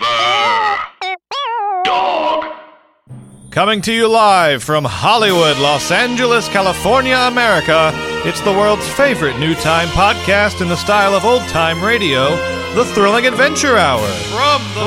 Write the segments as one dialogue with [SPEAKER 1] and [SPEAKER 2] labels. [SPEAKER 1] Forever. Dog.
[SPEAKER 2] Coming to you live from Hollywood, Los Angeles, California, America, it's the world's favorite new time podcast in the style of old time radio, The Thrilling Adventure Hour. From the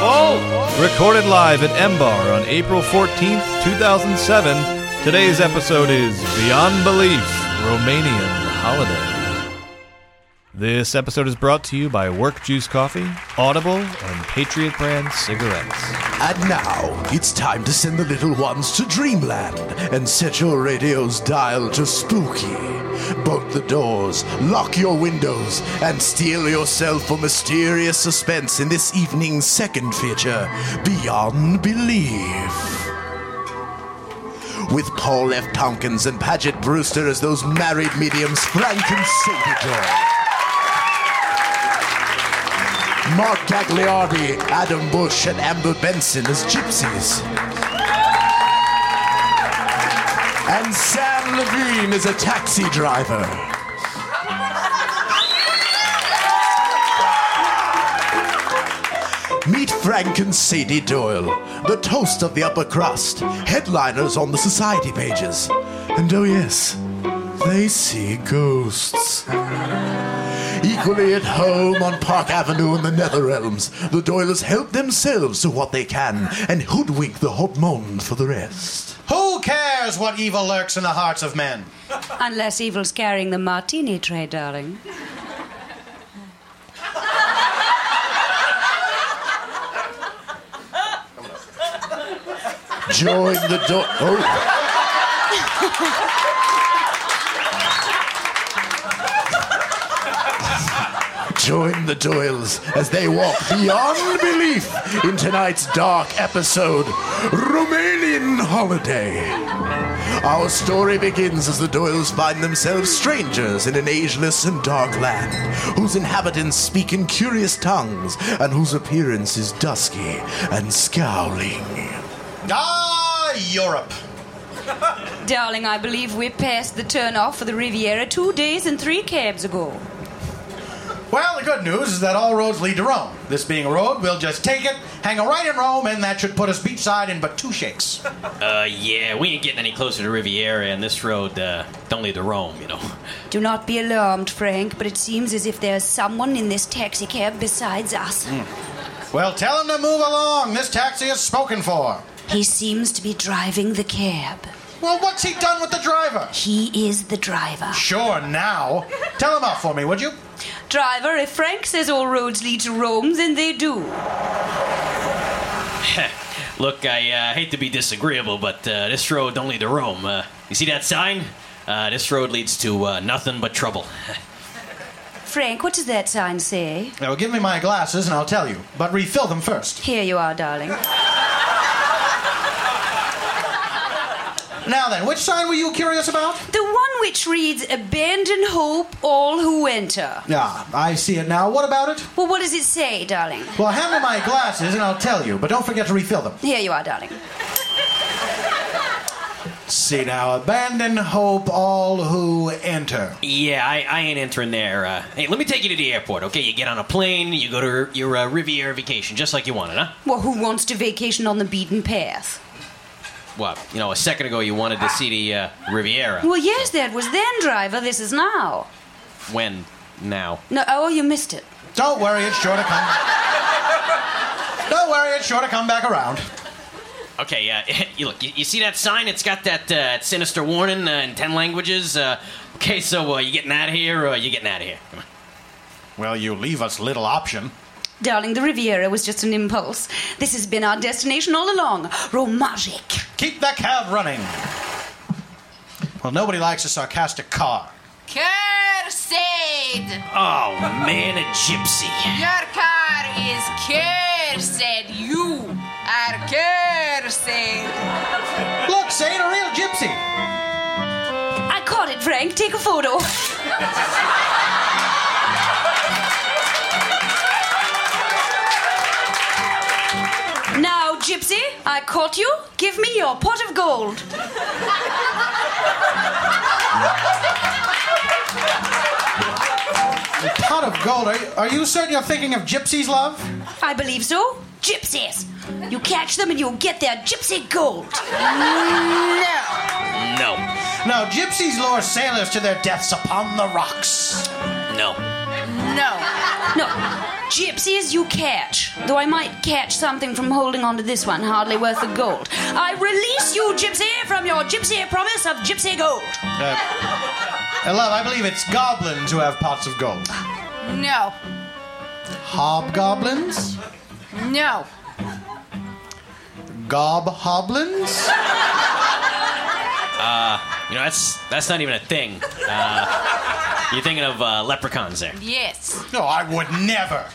[SPEAKER 2] vault. Recorded live at M Bar on April 14th, 2007. Today's episode is Beyond Belief Romanian Holiday. This episode is brought to you by Work Juice Coffee, Audible, and Patriot Brand Cigarettes.
[SPEAKER 3] And now it's time to send the little ones to dreamland and set your radio's dial to spooky. Bolt the doors, lock your windows, and steel yourself for mysterious suspense in this evening's second feature, Beyond Belief. With Paul F. Tompkins and Paget Brewster as those married mediums, Frank and Soda Joy. Mark Gagliardi, Adam Bush, and Amber Benson as gypsies. And Sam Levine as a taxi driver. Meet Frank and Sadie Doyle, the toast of the upper crust, headliners on the society pages. And oh, yes, they see ghosts. Equally at home on Park Avenue in the Netherrealms, the Doilers help themselves to what they can and hoodwink the hobmon for the rest.
[SPEAKER 4] Who cares what evil lurks in the hearts of men?
[SPEAKER 5] Unless evil's carrying the martini tray, darling.
[SPEAKER 3] Join the do- oh, join the Doyles as they walk beyond belief in tonight's dark episode, Romanian Holiday. Our story begins as the Doyles find themselves strangers in an ageless and dark land, whose inhabitants speak in curious tongues and whose appearance is dusky and scowling.
[SPEAKER 4] Ah, Europe.
[SPEAKER 5] Darling, I believe we're past the turn off for the Riviera two days and three cabs ago.
[SPEAKER 4] Well, the good news is that all roads lead to Rome. This being a road, we'll just take it, hang a right in Rome, and that should put us beachside in but two shakes.
[SPEAKER 6] Uh, yeah, we ain't getting any closer to Riviera, and this road uh, don't lead to Rome, you know.
[SPEAKER 5] Do not be alarmed, Frank, but it seems as if there's someone in this taxicab besides us.
[SPEAKER 4] Well, tell him to move along. This taxi is spoken for.
[SPEAKER 5] He seems to be driving the cab.
[SPEAKER 4] Well, what's he done with the driver?
[SPEAKER 5] He is the driver.
[SPEAKER 4] Sure, now. Tell him out for me, would you?
[SPEAKER 5] Driver, if Frank says all roads lead to Rome, then they do.
[SPEAKER 6] Look, I uh, hate to be disagreeable, but uh, this road don't lead to Rome. Uh, you see that sign? Uh, this road leads to uh, nothing but trouble.
[SPEAKER 5] Frank, what does that sign say?
[SPEAKER 4] Now, give me my glasses and I'll tell you, but refill them first.
[SPEAKER 5] Here you are, darling.
[SPEAKER 4] Now then, which sign were you curious about?
[SPEAKER 5] The one which reads, Abandon hope, all who enter.
[SPEAKER 4] Ah, I see it now. What about it?
[SPEAKER 5] Well, what does it say, darling?
[SPEAKER 4] Well, hand me my glasses and I'll tell you, but don't forget to refill them.
[SPEAKER 5] Here you are, darling.
[SPEAKER 4] See now, abandon hope all who enter.
[SPEAKER 6] Yeah, I, I ain't entering there. Uh, hey, let me take you to the airport, okay? You get on a plane, you go to your uh, Riviera vacation, just like you wanted, huh?
[SPEAKER 5] Well, who wants to vacation on the beaten path?
[SPEAKER 6] What? You know, a second ago you wanted to see the uh, Riviera.
[SPEAKER 5] Well, yes, that was then, driver. This is now.
[SPEAKER 6] When? Now.
[SPEAKER 5] No, oh, you missed it.
[SPEAKER 4] Don't worry, it's sure to come. Don't worry, it's sure to come back around.
[SPEAKER 6] Okay, uh, you look. You, you see that sign? It's got that uh, sinister warning uh, in ten languages. Uh, okay, so uh, you getting out of here? Or you getting out of here? Come on.
[SPEAKER 4] Well, you leave us little option.
[SPEAKER 5] Darling, the Riviera was just an impulse. This has been our destination all along. Romagic.
[SPEAKER 4] Keep that cab running. Well, nobody likes a sarcastic car.
[SPEAKER 7] Cursed!
[SPEAKER 6] Oh man, a gypsy.
[SPEAKER 7] Your car is cursed! You are cursed!
[SPEAKER 4] Look, say a real gypsy.
[SPEAKER 5] I caught it, Frank. Take a photo. now, Gypsy, I caught you. Give me your pot of gold.
[SPEAKER 4] Pot of gold. Are you, are you certain you're thinking of Gypsy's love?
[SPEAKER 5] I believe so. Gypsies. You catch them and you'll get their gypsy gold.
[SPEAKER 4] No.
[SPEAKER 6] No.
[SPEAKER 4] No, gypsies lure sailors to their deaths upon the rocks.
[SPEAKER 6] No.
[SPEAKER 7] No.
[SPEAKER 5] No, gypsies you catch. Though I might catch something from holding on to this one, hardly worth the gold. I release you, gypsy, from your gypsy promise of gypsy gold.
[SPEAKER 4] Uh, uh, love, I believe it's goblins who have pots of gold.
[SPEAKER 7] No.
[SPEAKER 4] Hobgoblins?
[SPEAKER 7] No.
[SPEAKER 4] Gobhoblins?
[SPEAKER 6] You know that's that's not even a thing. Uh, you're thinking of uh, leprechauns there.
[SPEAKER 7] Yes.
[SPEAKER 4] No, I would never.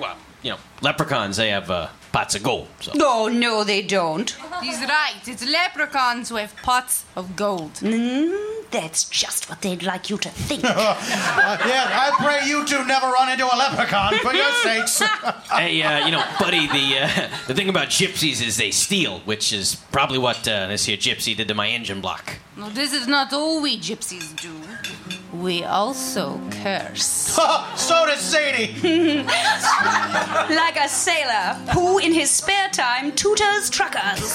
[SPEAKER 6] Well, you know, leprechauns they have uh, pots of gold. So
[SPEAKER 5] Oh, no, they don't.
[SPEAKER 7] He's right. It's leprechauns who have pots of gold.
[SPEAKER 5] Mm, that's just what they'd like you to think.
[SPEAKER 4] Uh, yes, I pray you two never run into a leprechaun, for your sakes.
[SPEAKER 6] hey, uh, you know, buddy, the uh, the thing about gypsies is they steal, which is probably what uh, this here gypsy did to my engine block.
[SPEAKER 7] No, this is not all we gypsies do. We also curse.
[SPEAKER 4] so does Sadie.
[SPEAKER 5] like a sailor who, in his spare time, tutors truckers.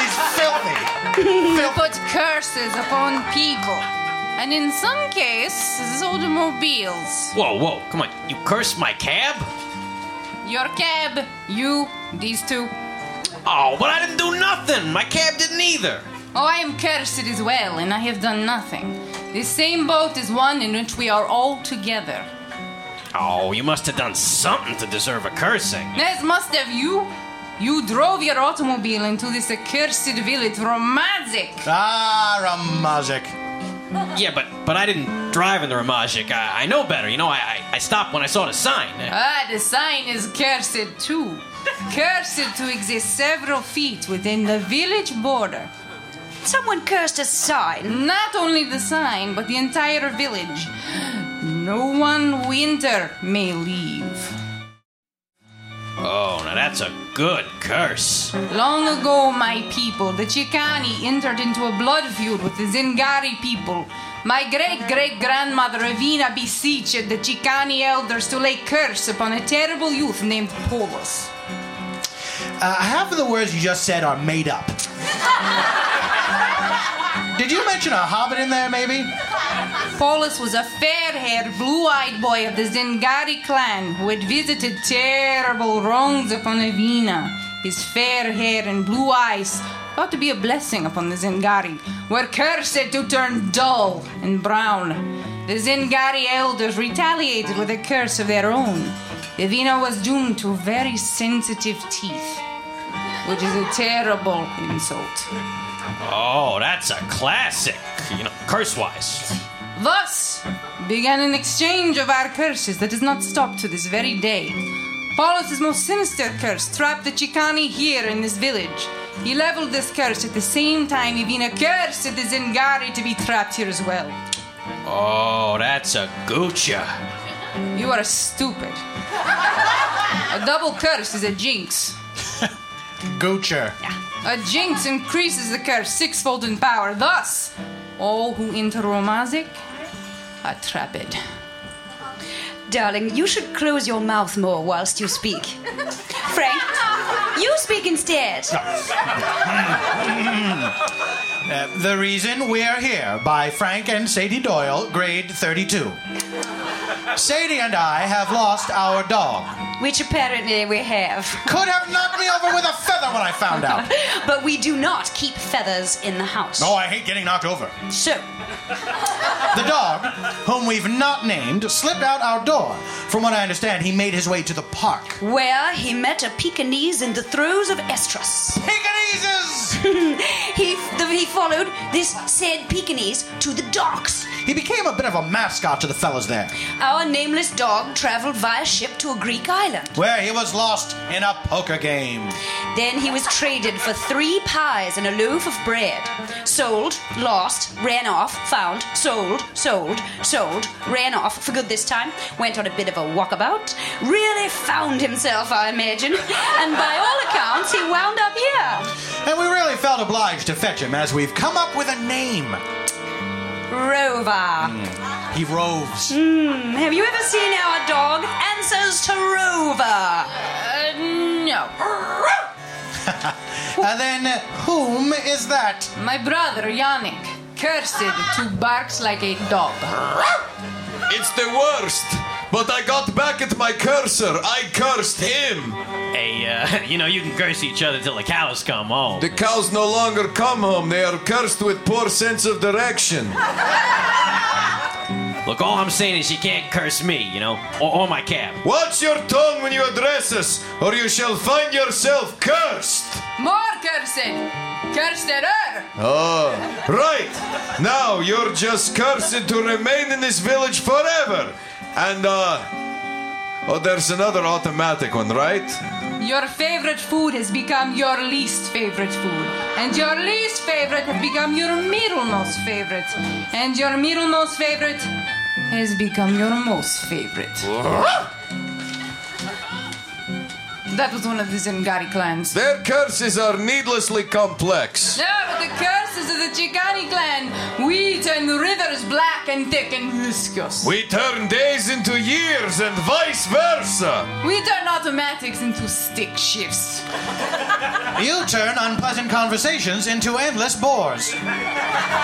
[SPEAKER 4] He's filthy.
[SPEAKER 7] We put curses upon people. And in some cases, automobiles.
[SPEAKER 6] Whoa, whoa, come on! You cursed my cab?
[SPEAKER 7] Your cab, you, these two.
[SPEAKER 6] Oh, but I didn't do nothing. My cab didn't either.
[SPEAKER 7] Oh, I am cursed as well, and I have done nothing. This same boat is one in which we are all together.
[SPEAKER 6] Oh, you must have done something to deserve a cursing.
[SPEAKER 7] As must have you. You drove your automobile into this accursed village, Romazic.
[SPEAKER 4] Ah, Ramazic.
[SPEAKER 6] Yeah, but but I didn't drive in the Ramajic. I, I know better. You know, I, I I stopped when I saw the sign.
[SPEAKER 7] Ah, the sign is cursed too. cursed to exist several feet within the village border.
[SPEAKER 5] Someone cursed a sign.
[SPEAKER 7] Not only the sign, but the entire village. No one winter may leave.
[SPEAKER 6] Oh, now that's a good curse.
[SPEAKER 7] Long ago, my people, the Chicani, entered into a blood feud with the Zingari people. My great great grandmother Evina beseeched the Chicani elders to lay curse upon a terrible youth named Polos.
[SPEAKER 4] Uh, half of the words you just said are made up. Did you mention a hobbit in there, maybe?
[SPEAKER 7] Polos was a fair haired, blue eyed boy of the Zingari clan who had visited terrible wrongs upon Evina. His fair hair and blue eyes thought to be a blessing upon the Zingari were cursed to turn dull and brown. The Zingari elders retaliated with a curse of their own. Evina was doomed to very sensitive teeth, which is a terrible insult.
[SPEAKER 6] Oh, that's a classic. You know, curse wise.
[SPEAKER 7] Thus began an exchange of our curses that has not stopped to this very day. Paulus's most sinister curse trapped the Chicani here in this village. He leveled this curse at the same time he been a curse at the Zingari to be trapped here as well.
[SPEAKER 6] Oh, that's a Gucci.
[SPEAKER 7] You are stupid. a double curse is a jinx.
[SPEAKER 4] Goocher.
[SPEAKER 7] A jinx increases the curse sixfold in power. Thus, all who enter Romazic are trapped.
[SPEAKER 5] Darling, you should close your mouth more whilst you speak. Frank, you speak instead.
[SPEAKER 4] Uh, the Reason We're Here by Frank and Sadie Doyle, grade 32. Sadie and I have lost our dog.
[SPEAKER 5] Which apparently we have.
[SPEAKER 4] Could have knocked me over with a feather when I found out.
[SPEAKER 5] But we do not keep feathers in the house.
[SPEAKER 4] Oh, I hate getting knocked over.
[SPEAKER 5] So,
[SPEAKER 4] The dog, whom we've not named, slipped out our door. From what I understand, he made his way to the park.
[SPEAKER 5] where he met a Pekingese in the throes of estrus.
[SPEAKER 4] Pekingeses!
[SPEAKER 5] He, the, he followed this said Pekingese to the docks.
[SPEAKER 4] He became a bit of a mascot to the fellas there,
[SPEAKER 5] Our nameless dog traveled via ship to a Greek island.
[SPEAKER 4] where he was lost in a poker game.
[SPEAKER 5] Then he was traded for three pies and a loaf of bread. Sold, lost, ran off, found, sold, sold, sold, ran off for good this time, went on a bit of a walkabout, really found himself, I imagine, and by all accounts, he wound up here.
[SPEAKER 4] And we really felt obliged to fetch him as we've come up with a name.
[SPEAKER 5] Rover.
[SPEAKER 4] He roves.
[SPEAKER 5] Have you ever seen our dog? Answers to Rover.
[SPEAKER 7] Uh, no.
[SPEAKER 4] And then, uh, whom is that?
[SPEAKER 7] My brother, Yannick, cursed to barks like a dog.
[SPEAKER 8] It's the worst. But I got back at my cursor. I cursed him.
[SPEAKER 6] Hey, uh, you know, you can curse each other till the cows come home.
[SPEAKER 8] The cows no longer come home. They are cursed with poor sense of direction.
[SPEAKER 6] Look, all I'm saying is you can't curse me, you know, or, or my cab.
[SPEAKER 8] Watch your tongue when you address us, or you shall find yourself cursed.
[SPEAKER 7] More cursed! Cursed her!
[SPEAKER 8] Oh, right. Now you're just cursed to remain in this village forever. And, uh. Oh, there's another automatic one, right?
[SPEAKER 7] Your favorite food has become your least favorite food. And your least favorite has become your middlemost favorite. And your middlemost favorite has become your most favorite. that was one of the Zingari clans.
[SPEAKER 8] Their curses are needlessly complex.
[SPEAKER 7] No, but the curses of the Chicani clan. We turn the rivers black and thick and viscous.
[SPEAKER 8] We turn days into years and vice versa.
[SPEAKER 7] we turn automatics into stick shifts.
[SPEAKER 4] You turn unpleasant conversations into endless bores.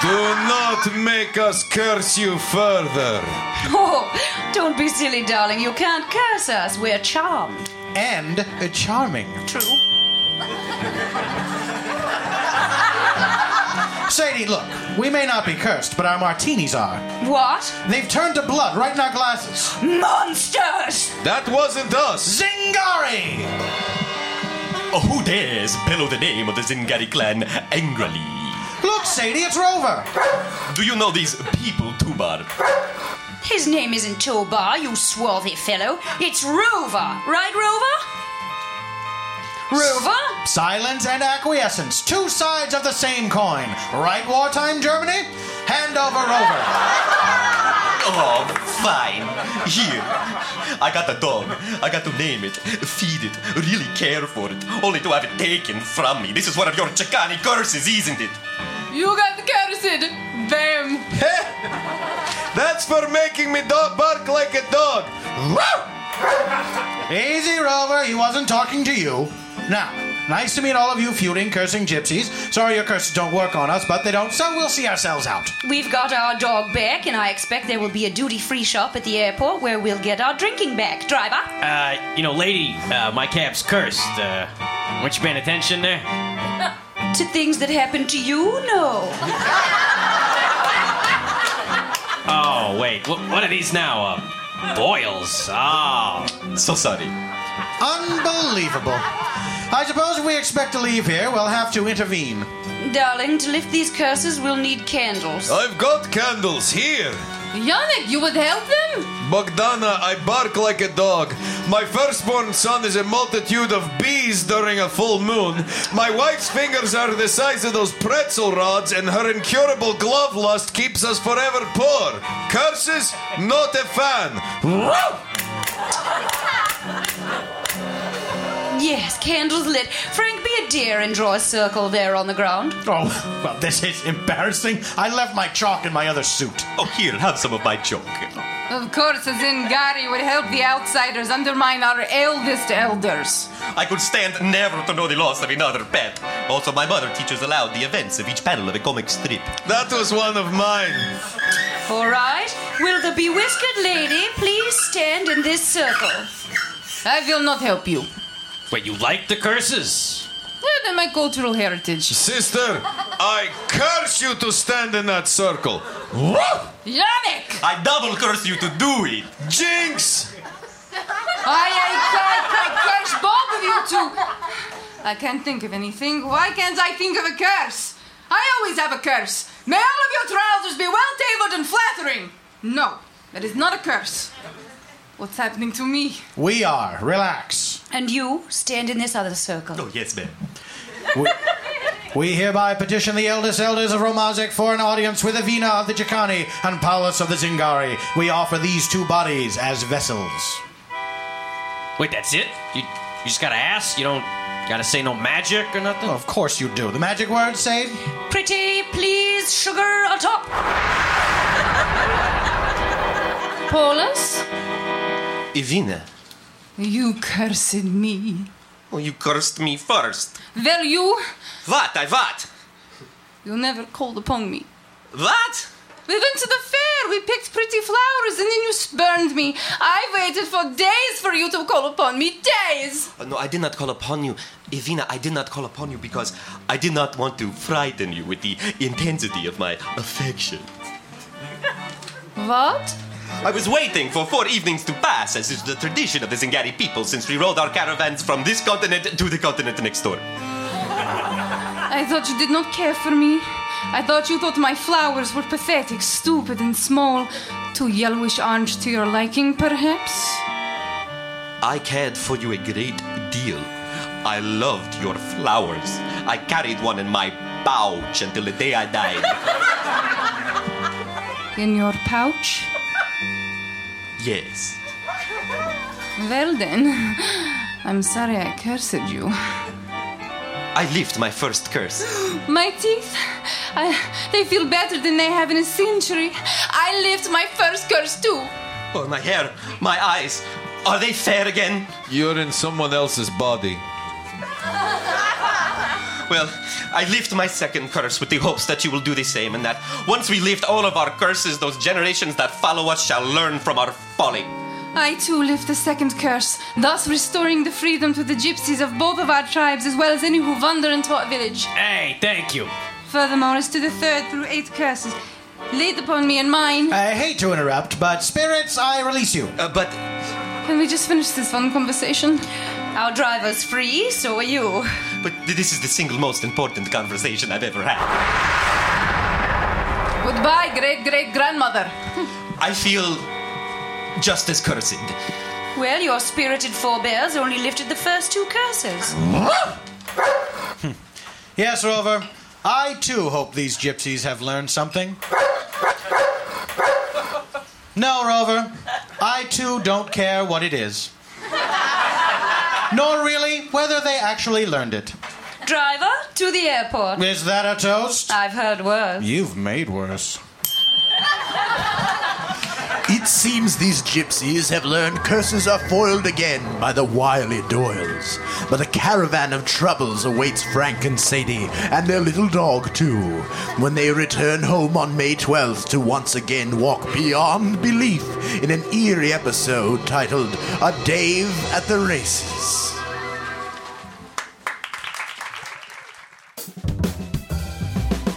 [SPEAKER 8] Do not make us curse you further.
[SPEAKER 5] Oh, don't be silly, darling. You can't curse us. We're charmed.
[SPEAKER 4] And uh, charming.
[SPEAKER 5] True.
[SPEAKER 4] Sadie, look, we may not be cursed, but our martinis are.
[SPEAKER 5] What?
[SPEAKER 4] They've turned to blood right in our glasses.
[SPEAKER 5] Monsters!
[SPEAKER 8] That wasn't us.
[SPEAKER 4] Zingari!
[SPEAKER 9] Oh, who dares bellow the name of the Zingari clan angrily?
[SPEAKER 4] Look, Sadie, it's Rover.
[SPEAKER 9] Do you know these people, Tubar?
[SPEAKER 5] His name isn't Tobar, you swarthy fellow. It's Rover, right, Rover? Rover?
[SPEAKER 4] Silence and acquiescence, two sides of the same coin. Right, wartime Germany? Hand over Rover.
[SPEAKER 9] Oh, fine. Here. I got a dog. I got to name it, feed it, really care for it, only to have it taken from me. This is one of your Chicani curses, isn't it?
[SPEAKER 7] You got cursed! Bam!
[SPEAKER 8] That's for making me dog bark like a dog.
[SPEAKER 4] Easy, Rover, he wasn't talking to you. Now, nice to meet all of you feuding, cursing gypsies. Sorry your curses don't work on us, but they don't, so we'll see ourselves out.
[SPEAKER 5] We've got our dog back, and I expect there will be a duty free shop at the airport where we'll get our drinking back. Driver?
[SPEAKER 6] Uh, you know, lady, uh, my cab's cursed. Uh, weren't you paying attention there?
[SPEAKER 5] To things that happen to you? No.
[SPEAKER 6] Oh, wait. What, what are these now? Uh, boils. Oh.
[SPEAKER 9] So sorry.
[SPEAKER 4] Unbelievable. I suppose if we expect to leave here, we'll have to intervene.
[SPEAKER 5] Darling, to lift these curses, we'll need candles.
[SPEAKER 8] I've got candles here.
[SPEAKER 7] Yannick, you would help them?
[SPEAKER 8] Bogdana, I bark like a dog. My firstborn son is a multitude of bees during a full moon. My wife's fingers are the size of those pretzel rods, and her incurable glove lust keeps us forever poor. Curses, not a fan.
[SPEAKER 5] Yes, candles lit. Frank, be a dear and draw a circle there on the ground.
[SPEAKER 4] Oh, well, this is embarrassing. I left my chalk in my other suit.
[SPEAKER 9] Oh, here, have some of my chalk.
[SPEAKER 7] Of course, the Zingari would help the outsiders undermine our eldest elders.
[SPEAKER 9] I could stand never to know the loss of another pet. Also, my mother teaches aloud the events of each panel of a comic strip.
[SPEAKER 8] That was one of mine.
[SPEAKER 5] All right. Will the bewhiskered lady please stand in this circle?
[SPEAKER 7] I will not help you.
[SPEAKER 6] Wait, you like the curses?
[SPEAKER 7] That is my cultural heritage.
[SPEAKER 8] Sister, I curse you to stand in that circle.
[SPEAKER 7] Yannick!
[SPEAKER 9] I double curse you to do it.
[SPEAKER 8] Jinx!
[SPEAKER 7] I, I, I, I curse both of you two! I can't think of anything. Why can't I think of a curse? I always have a curse. May all of your trousers be well tailored and flattering! No, that is not a curse. What's happening to me?
[SPEAKER 4] We are. Relax.
[SPEAKER 5] And you stand in this other circle.
[SPEAKER 9] Oh, yes, ma'am.
[SPEAKER 4] We hereby petition the eldest elders of Romazic for an audience with Avena of the Jacani and Pallas of the Zingari. We offer these two bodies as vessels.
[SPEAKER 6] Wait, that's it? You, you just gotta ask? You don't gotta say no magic or nothing?
[SPEAKER 4] Of course you do. The magic word, Sade?
[SPEAKER 5] Pretty, please, sugar atop.
[SPEAKER 7] Paulus?
[SPEAKER 9] Evina,
[SPEAKER 7] You cursed me.
[SPEAKER 9] well, Oh, you cursed me first.
[SPEAKER 7] Well, you.
[SPEAKER 9] What? I what?
[SPEAKER 7] You never called upon me.
[SPEAKER 9] What?
[SPEAKER 7] We went to the fair, we picked pretty flowers, and then you spurned me. I waited for days for you to call upon me. Days!
[SPEAKER 9] Uh, No, I did not call upon you. Evina, I did not call upon you because I did not want to frighten you with the intensity of my affection.
[SPEAKER 7] What?
[SPEAKER 9] I was waiting for four evenings to pass, as is the tradition of the Zingari people since we rode our caravans from this continent to the continent next door.
[SPEAKER 7] I thought you did not care for me. I thought you thought my flowers were pathetic, stupid, and small. Too yellowish orange to your liking, perhaps?
[SPEAKER 9] I cared for you a great deal. I loved your flowers. I carried one in my pouch until the day I died.
[SPEAKER 7] In your pouch?
[SPEAKER 9] yes.
[SPEAKER 7] Well then, I'm sorry I cursed you.
[SPEAKER 9] I lived my first curse.
[SPEAKER 7] My teeth, I, they feel better than they have in a century. I lived my first curse too.
[SPEAKER 9] Oh, my hair, my eyes. Are they fair again?
[SPEAKER 8] You're in someone else's body.
[SPEAKER 9] Well, I lived my second curse with the hopes that you will do the same and that once we lift all of our curses, those generations that follow us shall learn from our folly.
[SPEAKER 7] I too lived the second curse, thus restoring the freedom to the gypsies of both of our tribes as well as any who wander into our village.
[SPEAKER 6] Hey, thank you.
[SPEAKER 7] Furthermore, as to the third through eight curses laid upon me and mine.
[SPEAKER 4] I hate to interrupt, but spirits, I release you.
[SPEAKER 9] Uh, but
[SPEAKER 7] Can we just finish this one conversation?
[SPEAKER 5] Our driver's free, so are you.
[SPEAKER 9] but this is the single most important conversation I've ever had.
[SPEAKER 7] Goodbye, great great grandmother.
[SPEAKER 9] I feel just as cursed.
[SPEAKER 5] Well, your spirited forebears only lifted the first two curses.
[SPEAKER 4] Yes, Rover. I too hope these gypsies have learned something. No, Rover. I too don't care what it is. Nor really whether they actually learned it.
[SPEAKER 5] Driver, to the airport.
[SPEAKER 4] Is that a toast?
[SPEAKER 5] I've heard worse.
[SPEAKER 4] You've made worse.
[SPEAKER 3] It seems these gypsies have learned curses are foiled again by the wily Doyles. But a caravan of troubles awaits Frank and Sadie, and their little dog, too, when they return home on May 12th to once again walk beyond belief in an eerie episode titled A Dave at the Races.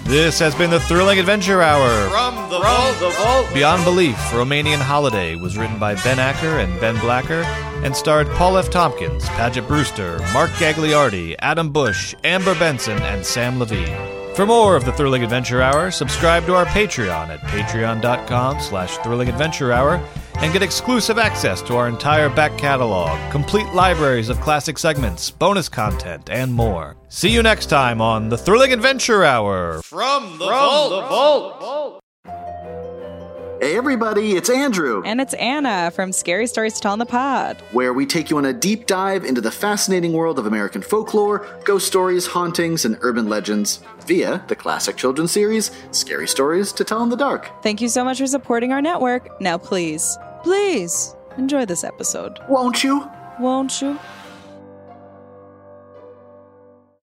[SPEAKER 2] This has been the Thrilling Adventure Hour.
[SPEAKER 9] From the vault, the vault.
[SPEAKER 2] Beyond Belief, Romanian Holiday was written by Ben Acker and Ben Blacker and starred Paul F. Tompkins, Paget Brewster, Mark Gagliardi, Adam Bush, Amber Benson, and Sam Levine. For more of the Thrilling Adventure Hour, subscribe to our Patreon at patreon.com slash thrillingadventurehour and get exclusive access to our entire back catalog, complete libraries of classic segments, bonus content, and more. See you next time on the Thrilling Adventure Hour.
[SPEAKER 9] From the vault.
[SPEAKER 10] Hey, everybody, it's Andrew,
[SPEAKER 11] And it's Anna from Scary Stories to Tell on the Pod.
[SPEAKER 10] where we take you on a deep dive into the fascinating world of American folklore, ghost stories, hauntings, and urban legends via the classic children's series, Scary Stories to Tell in the Dark.
[SPEAKER 11] Thank you so much for supporting our network. Now, please, please enjoy this episode,
[SPEAKER 10] Won't you?
[SPEAKER 11] won't you?